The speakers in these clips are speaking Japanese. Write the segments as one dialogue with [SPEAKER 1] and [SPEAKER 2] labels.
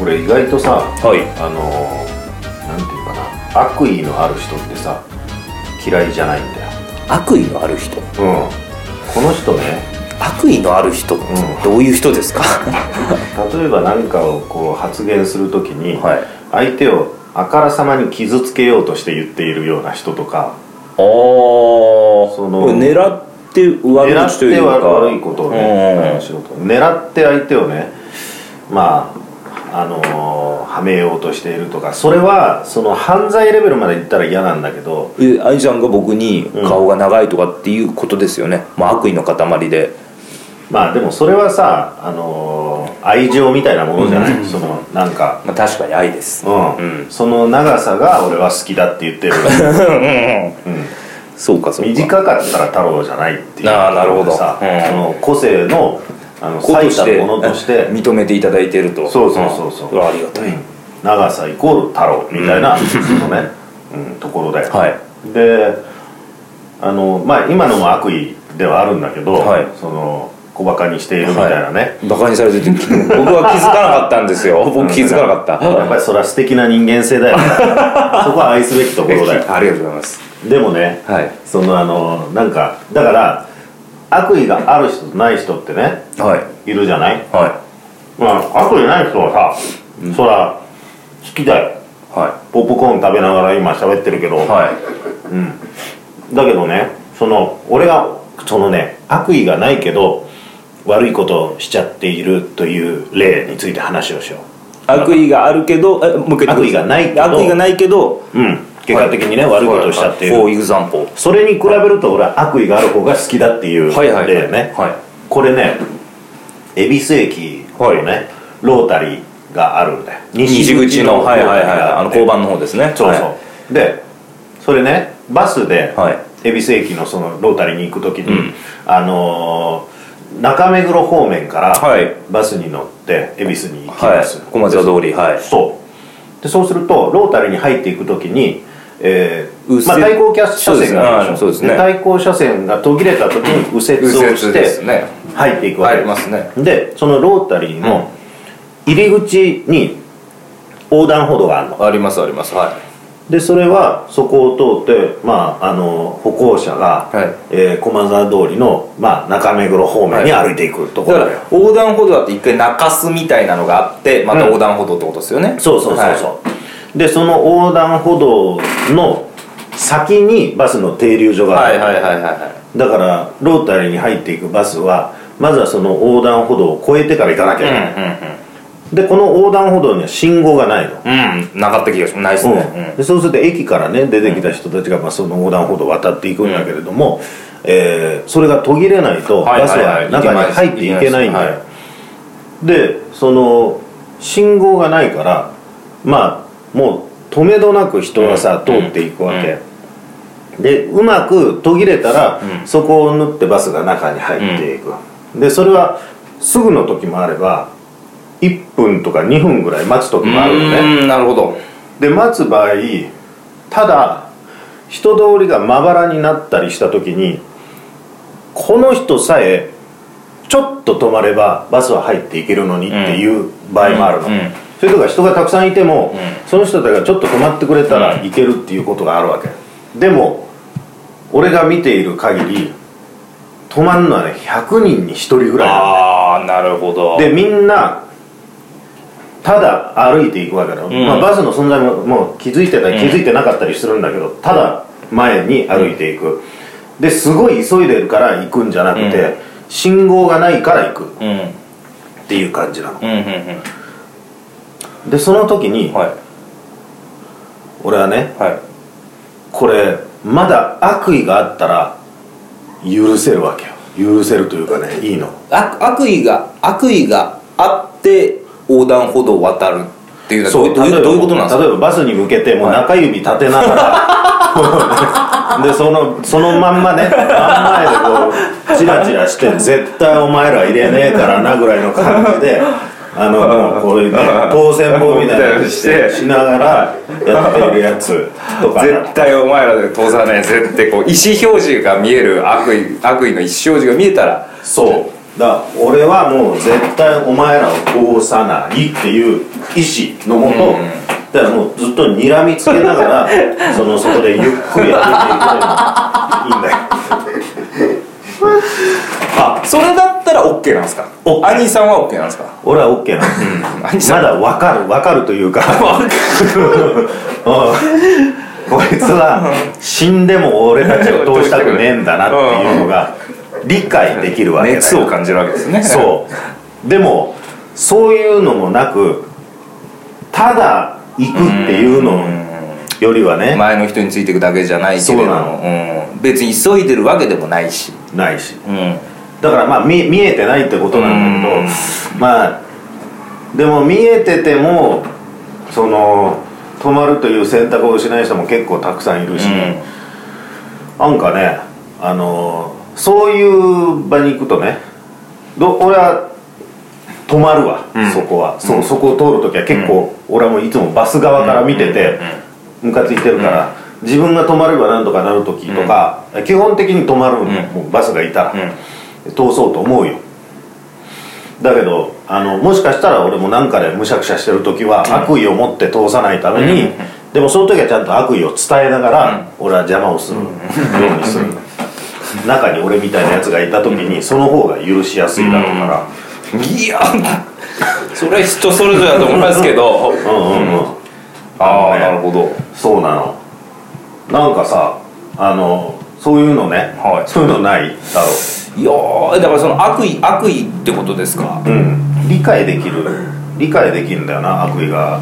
[SPEAKER 1] 俺意外とさ
[SPEAKER 2] はい
[SPEAKER 1] あのーなんていうかな悪意のある人ってさ嫌いじゃないんだよ
[SPEAKER 2] 悪意のある人
[SPEAKER 1] うんこの人ね
[SPEAKER 2] 悪意のある人ってどういう人ですか、
[SPEAKER 1] 例えば何かをこう発言するときに、
[SPEAKER 2] はい
[SPEAKER 1] 相手をあからさまに傷つけようとして言っているような人とか
[SPEAKER 2] ああ
[SPEAKER 1] その
[SPEAKER 2] 狙って悪
[SPEAKER 1] 狙
[SPEAKER 2] 口
[SPEAKER 1] っ
[SPEAKER 2] とい
[SPEAKER 1] て
[SPEAKER 2] うか
[SPEAKER 1] は悪いことをねしろと狙って相手をねまああのーはめようとしているとかそれはその犯罪レベルまでいったら嫌なんだけど
[SPEAKER 2] うんえ愛ちゃんが僕に顔が長いとかっていうことですよね、まあ、悪意の塊で
[SPEAKER 1] まあでもそれはさ、あのー愛情みたいなものじゃない、そのなんか、
[SPEAKER 2] まあ、確かに愛です
[SPEAKER 1] うんその長さが俺は好きだって 言ってる
[SPEAKER 2] そうかそうか
[SPEAKER 1] 短かったら太郎じゃないっていう
[SPEAKER 2] あーなるほど
[SPEAKER 1] ことでさ、
[SPEAKER 2] うん
[SPEAKER 1] その個性のあの
[SPEAKER 2] 子
[SPEAKER 1] 最
[SPEAKER 2] としたて
[SPEAKER 1] るものとして
[SPEAKER 2] 認めていただいてると
[SPEAKER 1] そうそうそうそうん
[SPEAKER 2] わありがたい、
[SPEAKER 1] 長さイコール太郎みたいな、そのね、うん、ところで、
[SPEAKER 2] はい
[SPEAKER 1] であの、まあ、今のも悪意ではあるんだけど、
[SPEAKER 2] はい
[SPEAKER 1] その小バカにしているみたいなね、
[SPEAKER 2] バカにされてて僕は気づかなかったんですよ僕気づかなかった
[SPEAKER 1] やっぱりそれは素敵な人間性だよねそこは愛すべきところだよ
[SPEAKER 2] ありがとうございます
[SPEAKER 1] でもね
[SPEAKER 2] はい
[SPEAKER 1] そのあのなんかだから悪意がある人とない人ってね
[SPEAKER 2] はい
[SPEAKER 1] いるじゃない、
[SPEAKER 2] は
[SPEAKER 1] まあ、悪意ない人はさ、そら好きだよ
[SPEAKER 2] いは
[SPEAKER 1] ポップコーン食べながら今喋ってるけど、
[SPEAKER 2] いはい
[SPEAKER 1] だけどねその俺がそのね悪意がないけど悪いことをしちゃっているという例について話をしよ
[SPEAKER 2] 悪意があるけどえもう一回言ってくださ
[SPEAKER 1] 悪意がないけど
[SPEAKER 2] 悪意がないけど
[SPEAKER 1] ううん結果的にね、悪いことをしちゃっている、
[SPEAKER 2] for example
[SPEAKER 1] それに比べると俺は悪意がある方が好きだっていう例ね、
[SPEAKER 2] は
[SPEAKER 1] これね恵比寿駅のね、ロータリーがあるんだよ
[SPEAKER 2] い西口のはいはいはいあの
[SPEAKER 1] 交
[SPEAKER 2] 交番の方ですね
[SPEAKER 1] そうそう、でそれねバスで
[SPEAKER 2] はい
[SPEAKER 1] 恵比寿駅のそのロータリーに行く時に、
[SPEAKER 2] うん
[SPEAKER 1] あのー中目黒方面から
[SPEAKER 2] はいはい
[SPEAKER 1] バスに乗って恵比寿に行き
[SPEAKER 2] は
[SPEAKER 1] ま
[SPEAKER 2] い
[SPEAKER 1] す、
[SPEAKER 2] 小松田通りはい
[SPEAKER 1] そうでそうするとロータリーに入っていく時に、えー
[SPEAKER 2] 右折
[SPEAKER 1] まあ、対向車線があるでしょ
[SPEAKER 2] そうですね
[SPEAKER 1] で
[SPEAKER 2] はいそうで
[SPEAKER 1] 対
[SPEAKER 2] すね
[SPEAKER 1] 向車線が途切れた時に右折をし
[SPEAKER 2] で
[SPEAKER 1] て
[SPEAKER 2] すね
[SPEAKER 1] 入っていくわけ
[SPEAKER 2] 入
[SPEAKER 1] で
[SPEAKER 2] りますね
[SPEAKER 1] すでそのロータリーの入り口に横断歩道があるの
[SPEAKER 2] ありますありますはい
[SPEAKER 1] でそれはそこを通って、まあ、あの歩行者が、
[SPEAKER 2] はい
[SPEAKER 1] えー駒沢通りの、まあ、中目黒方面に歩いていくとこ
[SPEAKER 2] だか
[SPEAKER 1] ろだ
[SPEAKER 2] ら
[SPEAKER 1] よ、
[SPEAKER 2] 横断歩道だって一回中州みたいなのがあってまた
[SPEAKER 1] うん
[SPEAKER 2] 横断歩道ってことですよね、
[SPEAKER 1] そうそうそうそう、でその横断歩道の先にバスの停留所があ
[SPEAKER 2] は
[SPEAKER 1] る、
[SPEAKER 2] い、はいはいはいはいはい
[SPEAKER 1] だからロータリーに入っていくバスはまずはその横断歩道を越えてから行かなきゃいけない、でこの横断歩道には信号がないの
[SPEAKER 2] うんうんなかった気がしますないですね、
[SPEAKER 1] でそうすると駅からね出てきた人たちがまあその横断歩道を渡っていくんだけれども、えーそれが途切れないと
[SPEAKER 2] はい
[SPEAKER 1] バス
[SPEAKER 2] はいは
[SPEAKER 1] はい中に入っていけないんだよでその信号がないからまあもう止めどなく人がさ、
[SPEAKER 2] うん
[SPEAKER 1] 通っていくわけ、でうまく途切れたら、そこを縫ってバスが中に入っていく、でそれはすぐの時もあれば1分とか2分ぐらい待つ時もあるのね、
[SPEAKER 2] うんうんなるほど
[SPEAKER 1] で待つ場合ただ人通りがまばらになったりした時にこの人さえちょっと止まればバスは入っていけるのにっていう場合もあるの、
[SPEAKER 2] うんうん
[SPEAKER 1] それとか人がたくさんいても、
[SPEAKER 2] う
[SPEAKER 1] その人たちがちょっと止まってくれたらいけるっていうことがあるわけでも俺が見ている限り止まるのはね100人に1人ぐらいなの
[SPEAKER 2] ああなるほど
[SPEAKER 1] でみんなただ歩いていくわけだよ、
[SPEAKER 2] ん
[SPEAKER 1] まあ、バスの存在ももう気づいてたり気づいてなかったりするんだけど、ただ前に歩いていくですごい急いでるから行くんじゃなくて、
[SPEAKER 2] うん
[SPEAKER 1] 信号がないから行く
[SPEAKER 2] うんうん
[SPEAKER 1] っていう感じなの
[SPEAKER 2] うんうん
[SPEAKER 1] でその時に
[SPEAKER 2] はい
[SPEAKER 1] 俺はね
[SPEAKER 2] はい
[SPEAKER 1] これまだ悪意があったら許せるわけよ許せるというかねいいの
[SPEAKER 2] 悪悪意が悪意があって横断歩道を渡るっていうのはどうどういうどういうことなんですか
[SPEAKER 1] 例えばバスに向けてもう中指立てながら、 でそのそのまんまね真ん前でこうチラチラ して絶対お前ら入れねえからなぐらいの感じで。あのもうこういう ね当選棒みたいなのしてしながらやってるやつとか
[SPEAKER 2] 絶対お前らで通さない絶対こう意思表示が見える悪意悪意の意思表示が見えたら
[SPEAKER 1] そうだから俺はもう絶対お前らを通さないっていう意志のもと、
[SPEAKER 2] うん
[SPEAKER 1] だからもうずっと睨みつけなが らそのそこでゆっくりやっていけばいいんだよ
[SPEAKER 2] あそれだったら OK なんですか
[SPEAKER 1] OK
[SPEAKER 2] アニさんは OK なんですか
[SPEAKER 1] 俺は OK なの
[SPEAKER 2] アニさ
[SPEAKER 1] ま
[SPEAKER 2] ん
[SPEAKER 1] だ分かる分かると いうかうんこいつは死んでも俺たちを通したくねえんだなっていうのが理解できるわけだよ
[SPEAKER 2] 熱を感じるわけですね
[SPEAKER 1] そうでもそういうのもなくただ行くっていうのよりはね
[SPEAKER 2] 前の人についていくだけじゃないけれど
[SPEAKER 1] そうな
[SPEAKER 2] も、うん、別に急いでるわけでもないし、
[SPEAKER 1] ないし
[SPEAKER 2] うん、
[SPEAKER 1] だからまあ見見えてないってことなんだ
[SPEAKER 2] うん
[SPEAKER 1] けどまあでも見えててもその止まるという選択を失い人も結構たくさんいるし、なんかねあのそういう場に行くとねど俺は止まるわ、
[SPEAKER 2] うん
[SPEAKER 1] そこは、そうそこを通る時は結構、俺はもういつもバス側から見ててムカついてるから、自分が止まればなんとかなる時とか、基本的に止まるんだよ、
[SPEAKER 2] うん
[SPEAKER 1] もうバスがいたら、
[SPEAKER 2] うん
[SPEAKER 1] 通そうと思うよだけどあのもしかしたら俺もなんかでむしゃくしゃしてる時は悪意を持って通さないために、
[SPEAKER 2] うん
[SPEAKER 1] でもその時はちゃんと悪意を伝えながら、俺は邪魔をするようにする、中に俺みたいなやつがいた時にその方が許しやすいだろうから、
[SPEAKER 2] いや それは人それぞれだと思いますけ
[SPEAKER 1] う
[SPEAKER 2] ど
[SPEAKER 1] んうんうん
[SPEAKER 2] ああなるほど
[SPEAKER 1] そうなのなんかさあのそういうのね、
[SPEAKER 2] はい
[SPEAKER 1] そういうのないだろ
[SPEAKER 2] いやーだからその悪意悪意ってことですか
[SPEAKER 1] う、うん、理解できる理解できるんだよな悪意が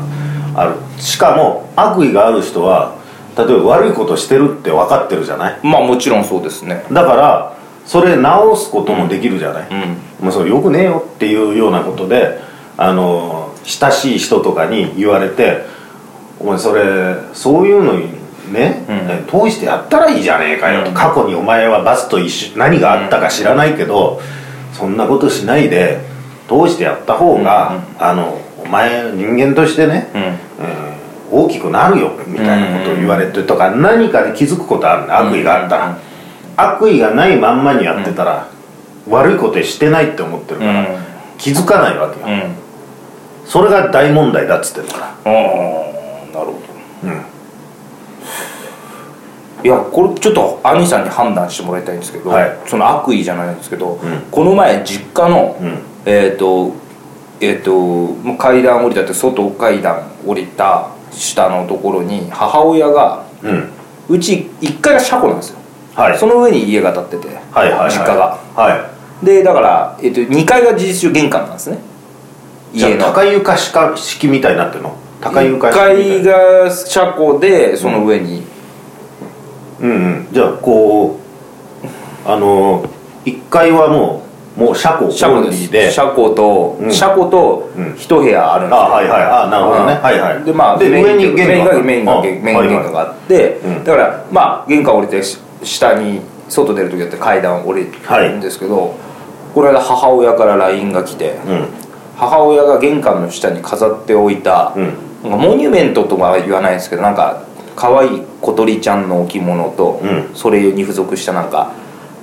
[SPEAKER 1] あるしかも悪意がある人は例えば悪いことしてるって分かってるじゃない
[SPEAKER 2] まあもちろんそうですね
[SPEAKER 1] だからそれ直すこともできるじゃない、
[SPEAKER 2] うん
[SPEAKER 1] もうそれよくねえよっていうようなことであの親しい人とかに言われて「お前それそういうのにね、通してやったらいいじゃねえかよ」と、
[SPEAKER 2] うん
[SPEAKER 1] 過去にお前はバスと一緒何があったか知らないけど、そんなことしないで通してやった方が、あのお前人間としてね、
[SPEAKER 2] うん
[SPEAKER 1] うん大きくなるよみたいなことを言われてとか、何かで気づくことあるの悪意があったら、
[SPEAKER 2] うん
[SPEAKER 1] 悪意がないまんまにやってたら、悪いことしてないって思ってる
[SPEAKER 2] う
[SPEAKER 1] か
[SPEAKER 2] ん
[SPEAKER 1] ら、気づかないわけよ、
[SPEAKER 2] うん
[SPEAKER 1] それが大問題だっつってるから
[SPEAKER 2] ああなるほど
[SPEAKER 1] うん
[SPEAKER 2] いやこれちょっと兄さんに判断してもらいたいんですけど、
[SPEAKER 1] はい
[SPEAKER 2] その悪意じゃないんですけど、
[SPEAKER 1] ん
[SPEAKER 2] この前実家の、
[SPEAKER 1] うん
[SPEAKER 2] えっ、とえっ、ともう階段降りたって外階段降りた下のところに母親が
[SPEAKER 1] うん
[SPEAKER 2] うち1階が車庫なんですよ、
[SPEAKER 1] はい
[SPEAKER 2] その上に家が建ってて、
[SPEAKER 1] はいはいはい
[SPEAKER 2] 実家が
[SPEAKER 1] はい
[SPEAKER 2] でだから、えっと2階が事実上玄関なんですね
[SPEAKER 1] じゃ
[SPEAKER 2] 家
[SPEAKER 1] あ
[SPEAKER 2] の
[SPEAKER 1] 高床しか式みたいになってるの高
[SPEAKER 2] 1
[SPEAKER 1] 床式みたい
[SPEAKER 2] 階
[SPEAKER 1] な
[SPEAKER 2] が車庫でその上に、
[SPEAKER 1] うんうんじゃあこうあの1階はもうもう車庫
[SPEAKER 2] 車庫
[SPEAKER 1] オン
[SPEAKER 2] で
[SPEAKER 1] リー
[SPEAKER 2] す
[SPEAKER 1] で
[SPEAKER 2] 車庫と、
[SPEAKER 1] うん
[SPEAKER 2] 車庫と
[SPEAKER 1] うん
[SPEAKER 2] 一部屋あるんですよ
[SPEAKER 1] あはいはいあなるほどね
[SPEAKER 2] うん
[SPEAKER 1] はいはい
[SPEAKER 2] でまあ
[SPEAKER 1] で
[SPEAKER 2] メイン
[SPEAKER 1] 上に玄関
[SPEAKER 2] メインが
[SPEAKER 1] あ
[SPEAKER 2] メインがメイン
[SPEAKER 1] はいはい
[SPEAKER 2] 玄関があって、
[SPEAKER 1] うん
[SPEAKER 2] だからまあ玄関降りてし下に外出る時だって階段降りるんですけど、この間母親から LINE が来て
[SPEAKER 1] うん
[SPEAKER 2] 母親が玄関の下に飾っておいた、
[SPEAKER 1] うん
[SPEAKER 2] なんかモニュメントとは言わないですけどなんか可愛い小鳥ちゃんの置物と、
[SPEAKER 1] うん
[SPEAKER 2] それに付属したなんか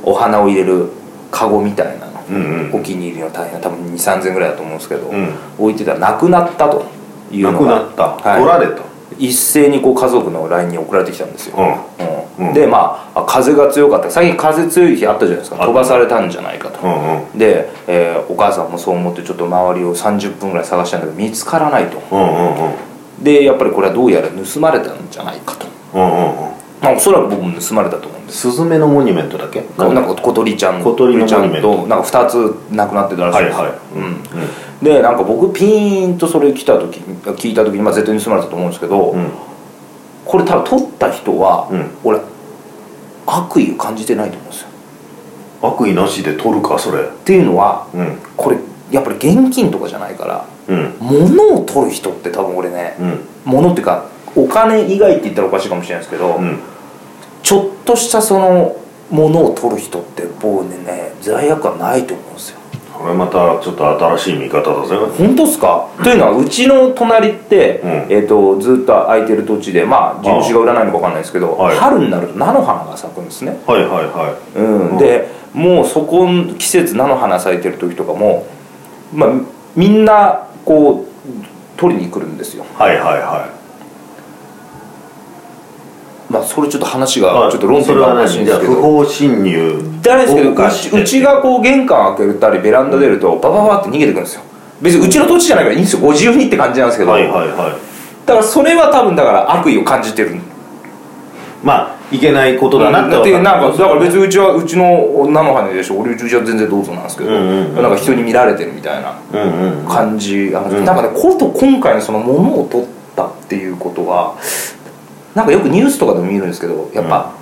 [SPEAKER 2] お花を入れるカゴみたいなの、
[SPEAKER 1] うんうん
[SPEAKER 2] お気に入りの大変多分2 3 0 0 0ぐらいだと思うんですけど、
[SPEAKER 1] うん
[SPEAKER 2] 置いてたらなくなったという
[SPEAKER 1] な
[SPEAKER 2] の
[SPEAKER 1] く
[SPEAKER 2] が
[SPEAKER 1] なった、
[SPEAKER 2] はい
[SPEAKER 1] 取られた
[SPEAKER 2] 一斉にこう家族の LINE に送られてきたんですよ、
[SPEAKER 1] うん
[SPEAKER 2] う
[SPEAKER 1] う
[SPEAKER 2] ん
[SPEAKER 1] ん
[SPEAKER 2] でまああ風が強かった最近風強い日あったじゃないですか
[SPEAKER 1] た
[SPEAKER 2] 飛ばされたんじゃないかと
[SPEAKER 1] うんうん
[SPEAKER 2] で、えーお母さんもそう思ってちょっと周りを30分ぐらい探したんだけど見つからないと
[SPEAKER 1] うんうんうん
[SPEAKER 2] でやっぱりこれはどうやら盗まれたんじゃないかと、
[SPEAKER 1] うんうんうん
[SPEAKER 2] まあ、おそらく僕も盗まれたと思うんです
[SPEAKER 1] スズメのモニュメントだっけ
[SPEAKER 2] なんか小鳥ちゃん
[SPEAKER 1] 小鳥の
[SPEAKER 2] ちゃ
[SPEAKER 1] モニュメ
[SPEAKER 2] ん
[SPEAKER 1] ント
[SPEAKER 2] となんか2つなくなってたらしい
[SPEAKER 1] はい
[SPEAKER 2] んですよ
[SPEAKER 1] はい
[SPEAKER 2] うんでなんか僕ピーンとそれ来た時に聞いた時に、まあ、絶対に盗まれたと思うんですけど、
[SPEAKER 1] ん
[SPEAKER 2] これ多分取った人は、
[SPEAKER 1] うん
[SPEAKER 2] 俺悪意を感じてないと思うんですよ
[SPEAKER 1] 悪意なしで取るかそれ
[SPEAKER 2] っていうのは
[SPEAKER 1] うん
[SPEAKER 2] これやっぱり現金とかじゃないから
[SPEAKER 1] うん
[SPEAKER 2] 物を取る人って多分俺ね、
[SPEAKER 1] うん
[SPEAKER 2] 物っていうかお金以外って言ったらおかしいかもしれないですけど、
[SPEAKER 1] うん
[SPEAKER 2] ちょっとしたその物を取る人って僕ねね罪悪感ないと思うんですよ
[SPEAKER 1] これまたちょっと新しい見方だぜ
[SPEAKER 2] 本当っすか、というのはうちの隣って、
[SPEAKER 1] うん
[SPEAKER 2] えー、とずっと空いてる土地でまあ地主が売らないのか分かんないですけど、
[SPEAKER 1] はい
[SPEAKER 2] 春になると菜の花が咲くんですね、
[SPEAKER 1] はいはいは
[SPEAKER 2] うん
[SPEAKER 1] うん
[SPEAKER 2] でもうそこの季節菜の花咲いてる時とかも、まあ、みんなこう取りに来るんですよ
[SPEAKER 1] はいはいはい
[SPEAKER 2] まあそれちょっと話がちょっと論
[SPEAKER 1] そ
[SPEAKER 2] 点
[SPEAKER 1] れ
[SPEAKER 2] が
[SPEAKER 1] は
[SPEAKER 2] おかしいん
[SPEAKER 1] 何じ
[SPEAKER 2] で
[SPEAKER 1] ゃ
[SPEAKER 2] す
[SPEAKER 1] あ
[SPEAKER 2] け
[SPEAKER 1] 不
[SPEAKER 2] ど
[SPEAKER 1] 法侵入
[SPEAKER 2] 誰ですけど
[SPEAKER 1] を犯
[SPEAKER 2] う
[SPEAKER 1] し
[SPEAKER 2] ち
[SPEAKER 1] て
[SPEAKER 2] うちがこう玄関開けたりベランダ出るとバババって逃げてくるんですよ別にうちの土地じゃないからいいんですよご自由にって感じなんですけど、
[SPEAKER 1] はいはいはい
[SPEAKER 2] だからそれは多分だから悪意を感じてる
[SPEAKER 1] まあいけないことだなって
[SPEAKER 2] だ
[SPEAKER 1] 分
[SPEAKER 2] ってなん
[SPEAKER 1] か
[SPEAKER 2] か
[SPEAKER 1] る
[SPEAKER 2] だから別にうちはうちの女の羽でしょ俺うちは全然どうぞなんですけど、
[SPEAKER 1] うんうん
[SPEAKER 2] なんか人に見られてるみたいな
[SPEAKER 1] うんうん
[SPEAKER 2] 感じあの、
[SPEAKER 1] うん
[SPEAKER 2] なんかねこと今回のその物を取ったっていうことはなんかよくニュースとかでも見るんですけどやっぱ、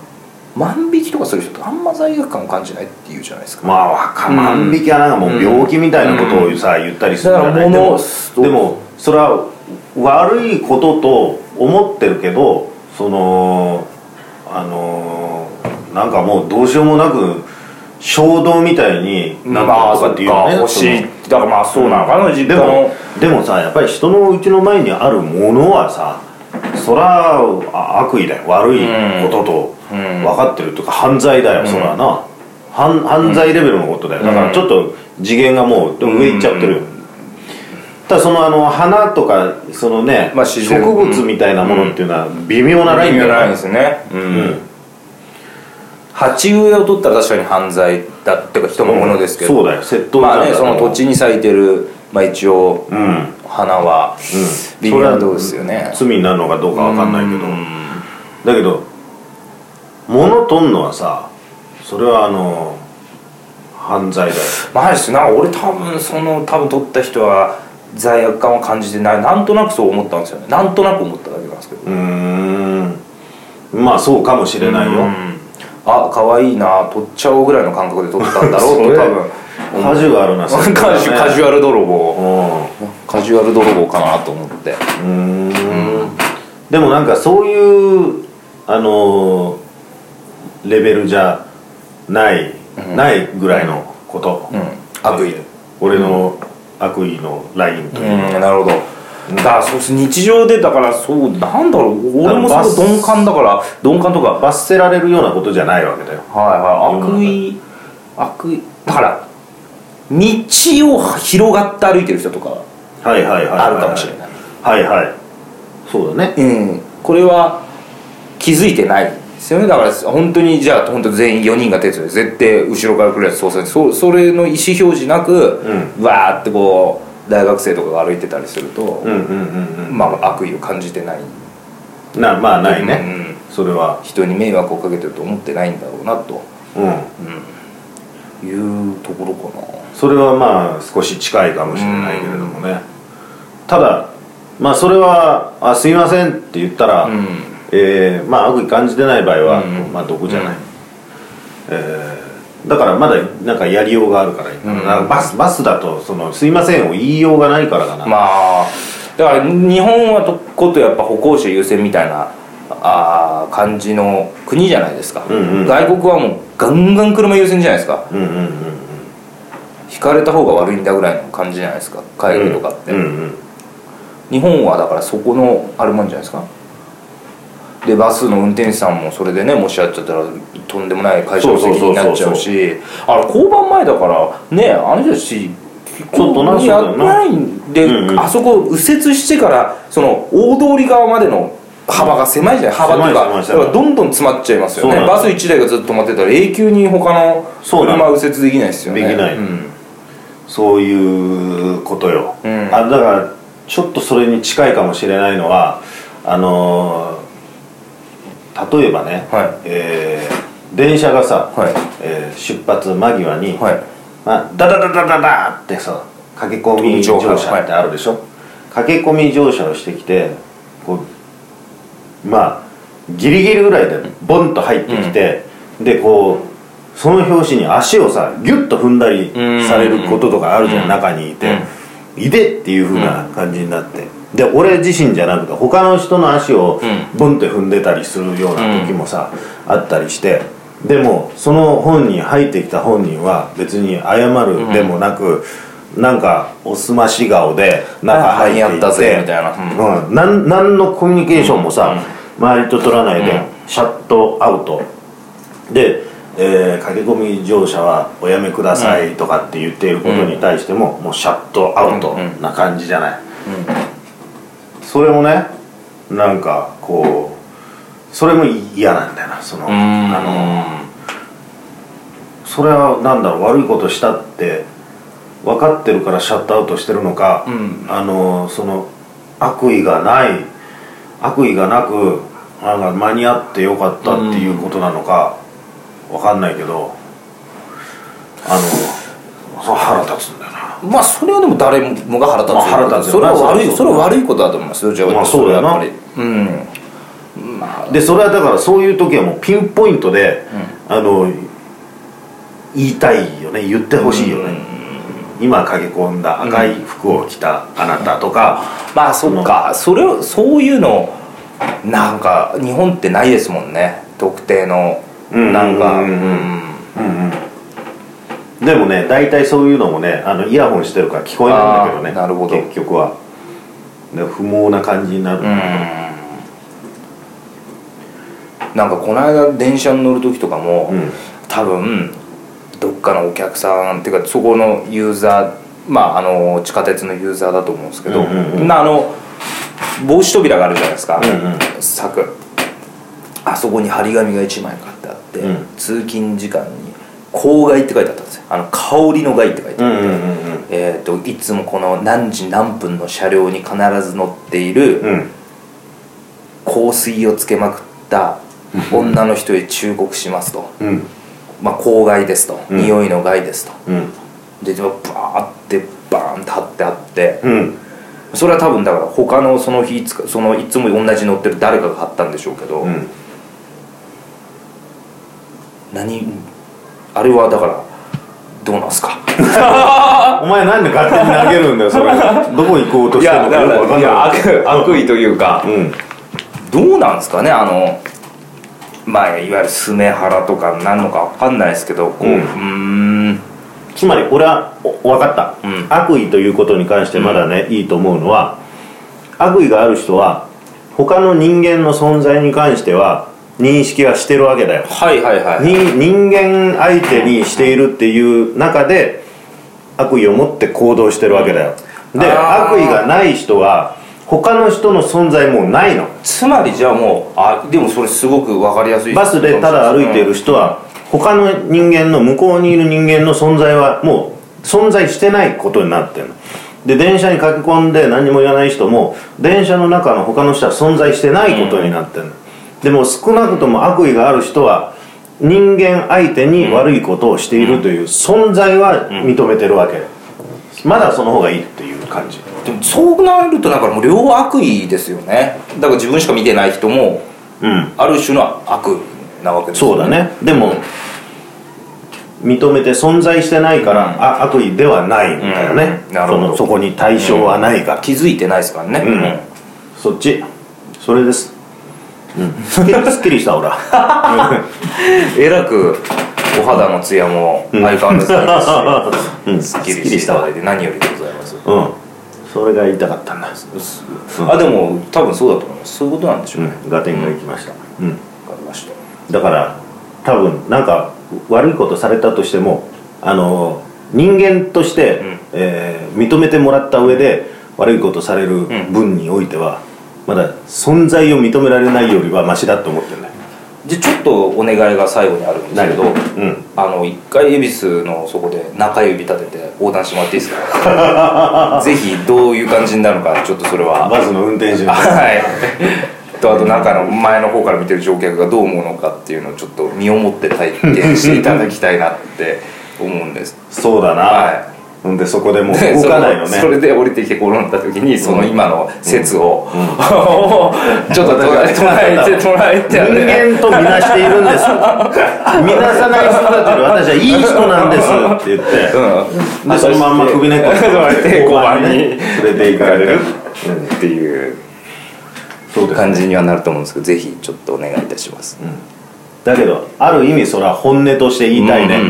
[SPEAKER 2] 万引きとかする人ってあんま罪悪感を感じないっていうじゃないですか、
[SPEAKER 1] まあ若
[SPEAKER 2] うん
[SPEAKER 1] 万引きはなんかもう病気みたいなことをさ、言ったりするじゃない
[SPEAKER 2] だから
[SPEAKER 1] で
[SPEAKER 2] 物
[SPEAKER 1] も
[SPEAKER 2] を
[SPEAKER 1] でもそれは悪いことと思ってるけどそのあのなんかもうどうしようもなく衝動みたいになったとかっていうよね、
[SPEAKER 2] まあそっか欲しいだからまあそうなのかな、実
[SPEAKER 1] で
[SPEAKER 2] 家の
[SPEAKER 1] もでもさやっぱり人のうちの前にあるものはさそらあ悪意だよ悪いことと
[SPEAKER 2] う
[SPEAKER 1] 分
[SPEAKER 2] ん
[SPEAKER 1] かってるとか犯罪だよ、そらな犯犯罪レベルのことだよだからちょっと次元がもう上行っちゃってるよ、ただそのあの花とかそのね、
[SPEAKER 2] まあ自
[SPEAKER 1] 植
[SPEAKER 2] 然
[SPEAKER 1] 物みたいなものっていうのは微妙なラインだよ
[SPEAKER 2] ない
[SPEAKER 1] ね
[SPEAKER 2] ですねうん、
[SPEAKER 1] うん
[SPEAKER 2] 鉢植えを取ったら確かに犯罪だっていうか人のものですけど、
[SPEAKER 1] そうだよ窃盗
[SPEAKER 2] まあ
[SPEAKER 1] 罪
[SPEAKER 2] ね
[SPEAKER 1] だ
[SPEAKER 2] そ
[SPEAKER 1] と
[SPEAKER 2] の
[SPEAKER 1] 思う
[SPEAKER 2] 土地に咲いてるまあ一応
[SPEAKER 1] うん
[SPEAKER 2] 花は微妙なとこですよね
[SPEAKER 1] 罪になるのかどうかわかんないけど、だけど物取んのはさそれはあの犯罪だよ
[SPEAKER 2] まあある種なんか俺多分その多分取った人は罪悪感を感じてないなんとなくそう思ったんですよねなんとなく思っただけなんですけど
[SPEAKER 1] うーんまあそうかもしれないよ、
[SPEAKER 2] うんあ可愛いな取っちゃおうぐらいの感覚で取ったんだろうと
[SPEAKER 1] それ
[SPEAKER 2] 多分
[SPEAKER 1] カジュアルな
[SPEAKER 2] カジュカジ
[SPEAKER 1] ュ
[SPEAKER 2] ュアル泥棒
[SPEAKER 1] アル
[SPEAKER 2] カジュアル泥棒かなと思って
[SPEAKER 1] うんうーんでもなんかそういうあのーレベルじゃない、ないぐらいのこと、
[SPEAKER 2] うん悪意
[SPEAKER 1] 俺の悪意のラインというか
[SPEAKER 2] うんなるほど、だからそうです日常でだからそうなんだろう俺も
[SPEAKER 1] だから
[SPEAKER 2] すごい鈍感だから鈍感とか
[SPEAKER 1] 罰せられるようなことじゃないわけだよ
[SPEAKER 2] はい
[SPEAKER 1] 世の
[SPEAKER 2] は
[SPEAKER 1] 中
[SPEAKER 2] い悪意悪意だから道を広がって歩いてる人とか
[SPEAKER 1] はいはいはい
[SPEAKER 2] あるかもしれない、
[SPEAKER 1] はいはいそうだね
[SPEAKER 2] うんこれは気づいてないですよねだから本当にじゃあ本当全員4人が手ついて絶対後ろから来るやつそうそうそれの意思表示なく、わーってこう大学生とかが歩いてたりすると、
[SPEAKER 1] うんうんうん
[SPEAKER 2] まあ悪意を感じてない
[SPEAKER 1] うんなまあないね、
[SPEAKER 2] うん
[SPEAKER 1] それは
[SPEAKER 2] 人に迷惑をかけてると思ってないんだろうなと
[SPEAKER 1] うん
[SPEAKER 2] いうところか
[SPEAKER 1] それはまあ少し近いかもしれないけれどもねただまあそれは「あすいません」って言ったら、
[SPEAKER 2] なうん
[SPEAKER 1] えーまあ悪意感じてない場合は、まあ毒じゃない、えーだからまだなんかやりようがあるからいいななんかバスバスだとその「すいません」を言いようがないからかな、
[SPEAKER 2] まあだから日本はとことやっぱ歩行者優先みたいなあー感じの国じゃないですか、
[SPEAKER 1] うんうん
[SPEAKER 2] 外国はもうガンガン車優先じゃないですか
[SPEAKER 1] うんうんうん
[SPEAKER 2] 引かれた方が悪いんだぐらいの感じじゃないですか海外とかって、
[SPEAKER 1] うんうん
[SPEAKER 2] 日本はだからそこのあれもあるんじゃないですかでバスの運転手さんもそれでねもしやっちゃったらとんでもない会社の責任になっちゃうしあれ交番前だからねあの人たち
[SPEAKER 1] ちょっとな
[SPEAKER 2] ここに
[SPEAKER 1] そうだ
[SPEAKER 2] や
[SPEAKER 1] よ
[SPEAKER 2] って
[SPEAKER 1] な
[SPEAKER 2] ないんで、
[SPEAKER 1] うんうん
[SPEAKER 2] あそこ右折してからその大通り側までの幅が狭いじゃない幅というか
[SPEAKER 1] 狭い狭い
[SPEAKER 2] だか
[SPEAKER 1] 狭い
[SPEAKER 2] らどんどん詰まっちゃいますよ
[SPEAKER 1] そうな
[SPEAKER 2] ね
[SPEAKER 1] の
[SPEAKER 2] バス1台がずっと止まってたら永久に他の
[SPEAKER 1] そうなの
[SPEAKER 2] 車は右折できないですよね
[SPEAKER 1] できない
[SPEAKER 2] うん
[SPEAKER 1] そういうことよ、
[SPEAKER 2] うん
[SPEAKER 1] あだからちょっとそれに近いかもしれないのはあのー例えばね、
[SPEAKER 2] はい
[SPEAKER 1] えー電車がさ、
[SPEAKER 2] はい
[SPEAKER 1] えー出発間際に、
[SPEAKER 2] はい
[SPEAKER 1] まあ、ダダダダダダってさ駆け込み乗車ってあるでしょ、駆け込み乗車をしてきてこうまあギリギリぐらいでボンと入ってきて、でこうその拍子に足をさギュッと踏んだりされることとかあるじゃん、中にいて、いでっていう風な感じになって、で俺自身じゃなくて他の人の足を
[SPEAKER 2] う
[SPEAKER 1] ボンって踏んでたりするような時もさ、あったりしてでもその本人入ってきた本人は別に謝るでもなく、なんかおすまし顔で中入っていって
[SPEAKER 2] あやったぜみたいなうん
[SPEAKER 1] うん、なんなんのコミュニケーションもさ、周りと取らないで、
[SPEAKER 2] うん
[SPEAKER 1] シャットアウトで、えー駆け込み乗車はおやめくださいとかって言っていることに対しても、もうシャットアウトな感じじゃない、それもねなんかこうそれも嫌なんだよなそのあのそれはなんだろう悪いことしたって分かってるからシャットアウトしてるのか、
[SPEAKER 2] うん
[SPEAKER 1] あのその悪意がない悪意がなくなんか間に合ってよかったっていうことなのか分かんないけどあのそれ腹立つんだよな
[SPEAKER 2] まあそれはでも誰もが腹立つ、
[SPEAKER 1] まあ腹立つ
[SPEAKER 2] そ
[SPEAKER 1] よ
[SPEAKER 2] れ
[SPEAKER 1] な
[SPEAKER 2] は悪い
[SPEAKER 1] そ
[SPEAKER 2] そうれは悪いことだと思いますよじゃ
[SPEAKER 1] まあそうだよな
[SPEAKER 2] やっぱりうん
[SPEAKER 1] でそれはだからそういう時はもうピンポイントで、あの言いたいよね言ってほしいよね、今駆け込んだ赤い服を着たあなたとか、
[SPEAKER 2] まあそっかそれをそういうのなんか日本ってないですもんね特定の
[SPEAKER 1] うん
[SPEAKER 2] なんか
[SPEAKER 1] うんうんうん
[SPEAKER 2] うん
[SPEAKER 1] でもね大体そういうのもねあのイヤホンしてるから聞こえないんだけどね
[SPEAKER 2] あーなるほど
[SPEAKER 1] 結局はで不毛な感じになる、
[SPEAKER 2] なんかこの間電車に乗る時とかも、
[SPEAKER 1] うん
[SPEAKER 2] 多分どっかのお客さんっていうかそこのユーザーまああの地下鉄のユーザーだと思うんですけど、
[SPEAKER 1] うんうんう
[SPEAKER 2] なあの帽子扉があるじゃないですか、
[SPEAKER 1] うんうん
[SPEAKER 2] 柵あそこに張り紙が1枚買ってあって、
[SPEAKER 1] うん
[SPEAKER 2] 通勤時間に「郊外」って書いてあったんですよあの香りの害って書いてあって
[SPEAKER 1] うんうんうん
[SPEAKER 2] えー、といつもこの何時何分の車両に必ず乗っている
[SPEAKER 1] うんうん
[SPEAKER 2] 香水をつけまくった女の人へ忠告しますと、
[SPEAKER 1] うん
[SPEAKER 2] まあ、公害ですと、
[SPEAKER 1] うん
[SPEAKER 2] 匂いの害ですと
[SPEAKER 1] うん
[SPEAKER 2] ででもバーってバーンって貼ってあって
[SPEAKER 1] うん
[SPEAKER 2] それは多分だから他のその日つかそのいつも同じ乗ってる誰かが貼ったんでしょうけど、
[SPEAKER 1] うん
[SPEAKER 2] 何あれはだからどうなんすか
[SPEAKER 1] お前なんで勝手に投げるんだよそれどこ行こうとしてるのかよくわかんない
[SPEAKER 2] 悪意というか
[SPEAKER 1] うん
[SPEAKER 2] どうなんですかねあのまあいわゆるスネハラとかなんのかわかんないですけどこう
[SPEAKER 1] う
[SPEAKER 2] うんーん
[SPEAKER 1] つまり俺はお分かった、
[SPEAKER 2] うん
[SPEAKER 1] 悪意ということに関してまだね、いいと思うのは悪意がある人は他の人間の存在に関しては認識はしてるわけだよ
[SPEAKER 2] はいはいはい
[SPEAKER 1] に人間相手にしているっていう中で悪意を持って行動してるわけだよで
[SPEAKER 2] あー
[SPEAKER 1] 悪意がない人は他の人の存在もうないの
[SPEAKER 2] つまりじゃあもうあでもそれすごくわかりやすい
[SPEAKER 1] バスでただ歩いている人は他の人間の向こうにいる人間の存在はもう存在してないことになってるので電車に駆け込んで何も言わない人も電車の中の他の人は存在してないことになってるの、でも少なくとも悪意がある人は人間相手に悪いことをしているという存在は認めてるわけまだその方がいいっていう感じ
[SPEAKER 2] でもそうなるとだからもう両悪意ですよねだから自分しか見てない人も
[SPEAKER 1] うん
[SPEAKER 2] ある種の悪なわけですよ
[SPEAKER 1] そうだねでも認めて存在してないから、あ悪意ではないんだよね、
[SPEAKER 2] うんなるほど
[SPEAKER 1] そのそこに対象はないから、
[SPEAKER 2] 気づいてないですからね、
[SPEAKER 1] うんそっちそれです、うん、すっきりすっきりしたほら
[SPEAKER 2] えらくお肌のツヤも相変わらず
[SPEAKER 1] う
[SPEAKER 2] ない
[SPEAKER 1] ん
[SPEAKER 2] ですし、すっきりしていただいて何よりでございます
[SPEAKER 1] うんそれが言いたかったんだ、
[SPEAKER 2] あでも多分そうだと思いますそういうことなんでしょ
[SPEAKER 1] う
[SPEAKER 2] うね、
[SPEAKER 1] ん、ガテンが行きました、うん、
[SPEAKER 2] 分かりました
[SPEAKER 1] だから多分なんか悪いことされたとしてもあの人間として、
[SPEAKER 2] ん
[SPEAKER 1] えー認めてもらった上で悪いことされる分においては、まだ存在を認められないよりはマシだと思ってるね
[SPEAKER 2] じゃあちょっとお願いが最後にあるんですけど
[SPEAKER 1] うん
[SPEAKER 2] あの一回恵比寿のそこで中指立てて横断してもらっていいです かぜひどういう感じになるのかちょっとそれは
[SPEAKER 1] バスの運転手の
[SPEAKER 2] はい とあと中の前の方から見てる乗客がどう思うのかっていうのをちょっと身をもって体験していただきたいなって思うんです
[SPEAKER 1] そうだな、
[SPEAKER 2] は
[SPEAKER 1] ほんでそこでもう
[SPEAKER 2] で
[SPEAKER 1] 動かないよね
[SPEAKER 2] そのそれで降りてきて転んだ時にその今の説を、ちょっと捉えて捉え
[SPEAKER 1] 人
[SPEAKER 2] て
[SPEAKER 1] 間とみなしているんですみなさない人だという私はいい人なんですって言って、
[SPEAKER 2] うん
[SPEAKER 1] でそのまんま首根っこ
[SPEAKER 2] そうやって交番に
[SPEAKER 1] 連れて行かれる、うん
[SPEAKER 2] っていう
[SPEAKER 1] そうです
[SPEAKER 2] 感じにはなると思うんですけどぜひちょっとお願いいたします、
[SPEAKER 1] だけどある意味それは本音として言いたいね、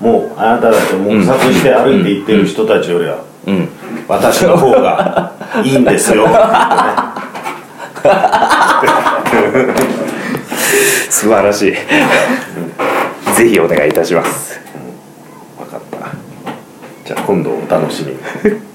[SPEAKER 1] もうあなただって黙殺して歩いていってる人たちよりは
[SPEAKER 2] うん
[SPEAKER 1] 私の方がいいんです よ
[SPEAKER 2] 素晴らしいぜひお願いいたします
[SPEAKER 1] 分かったじゃあ今度お楽しみに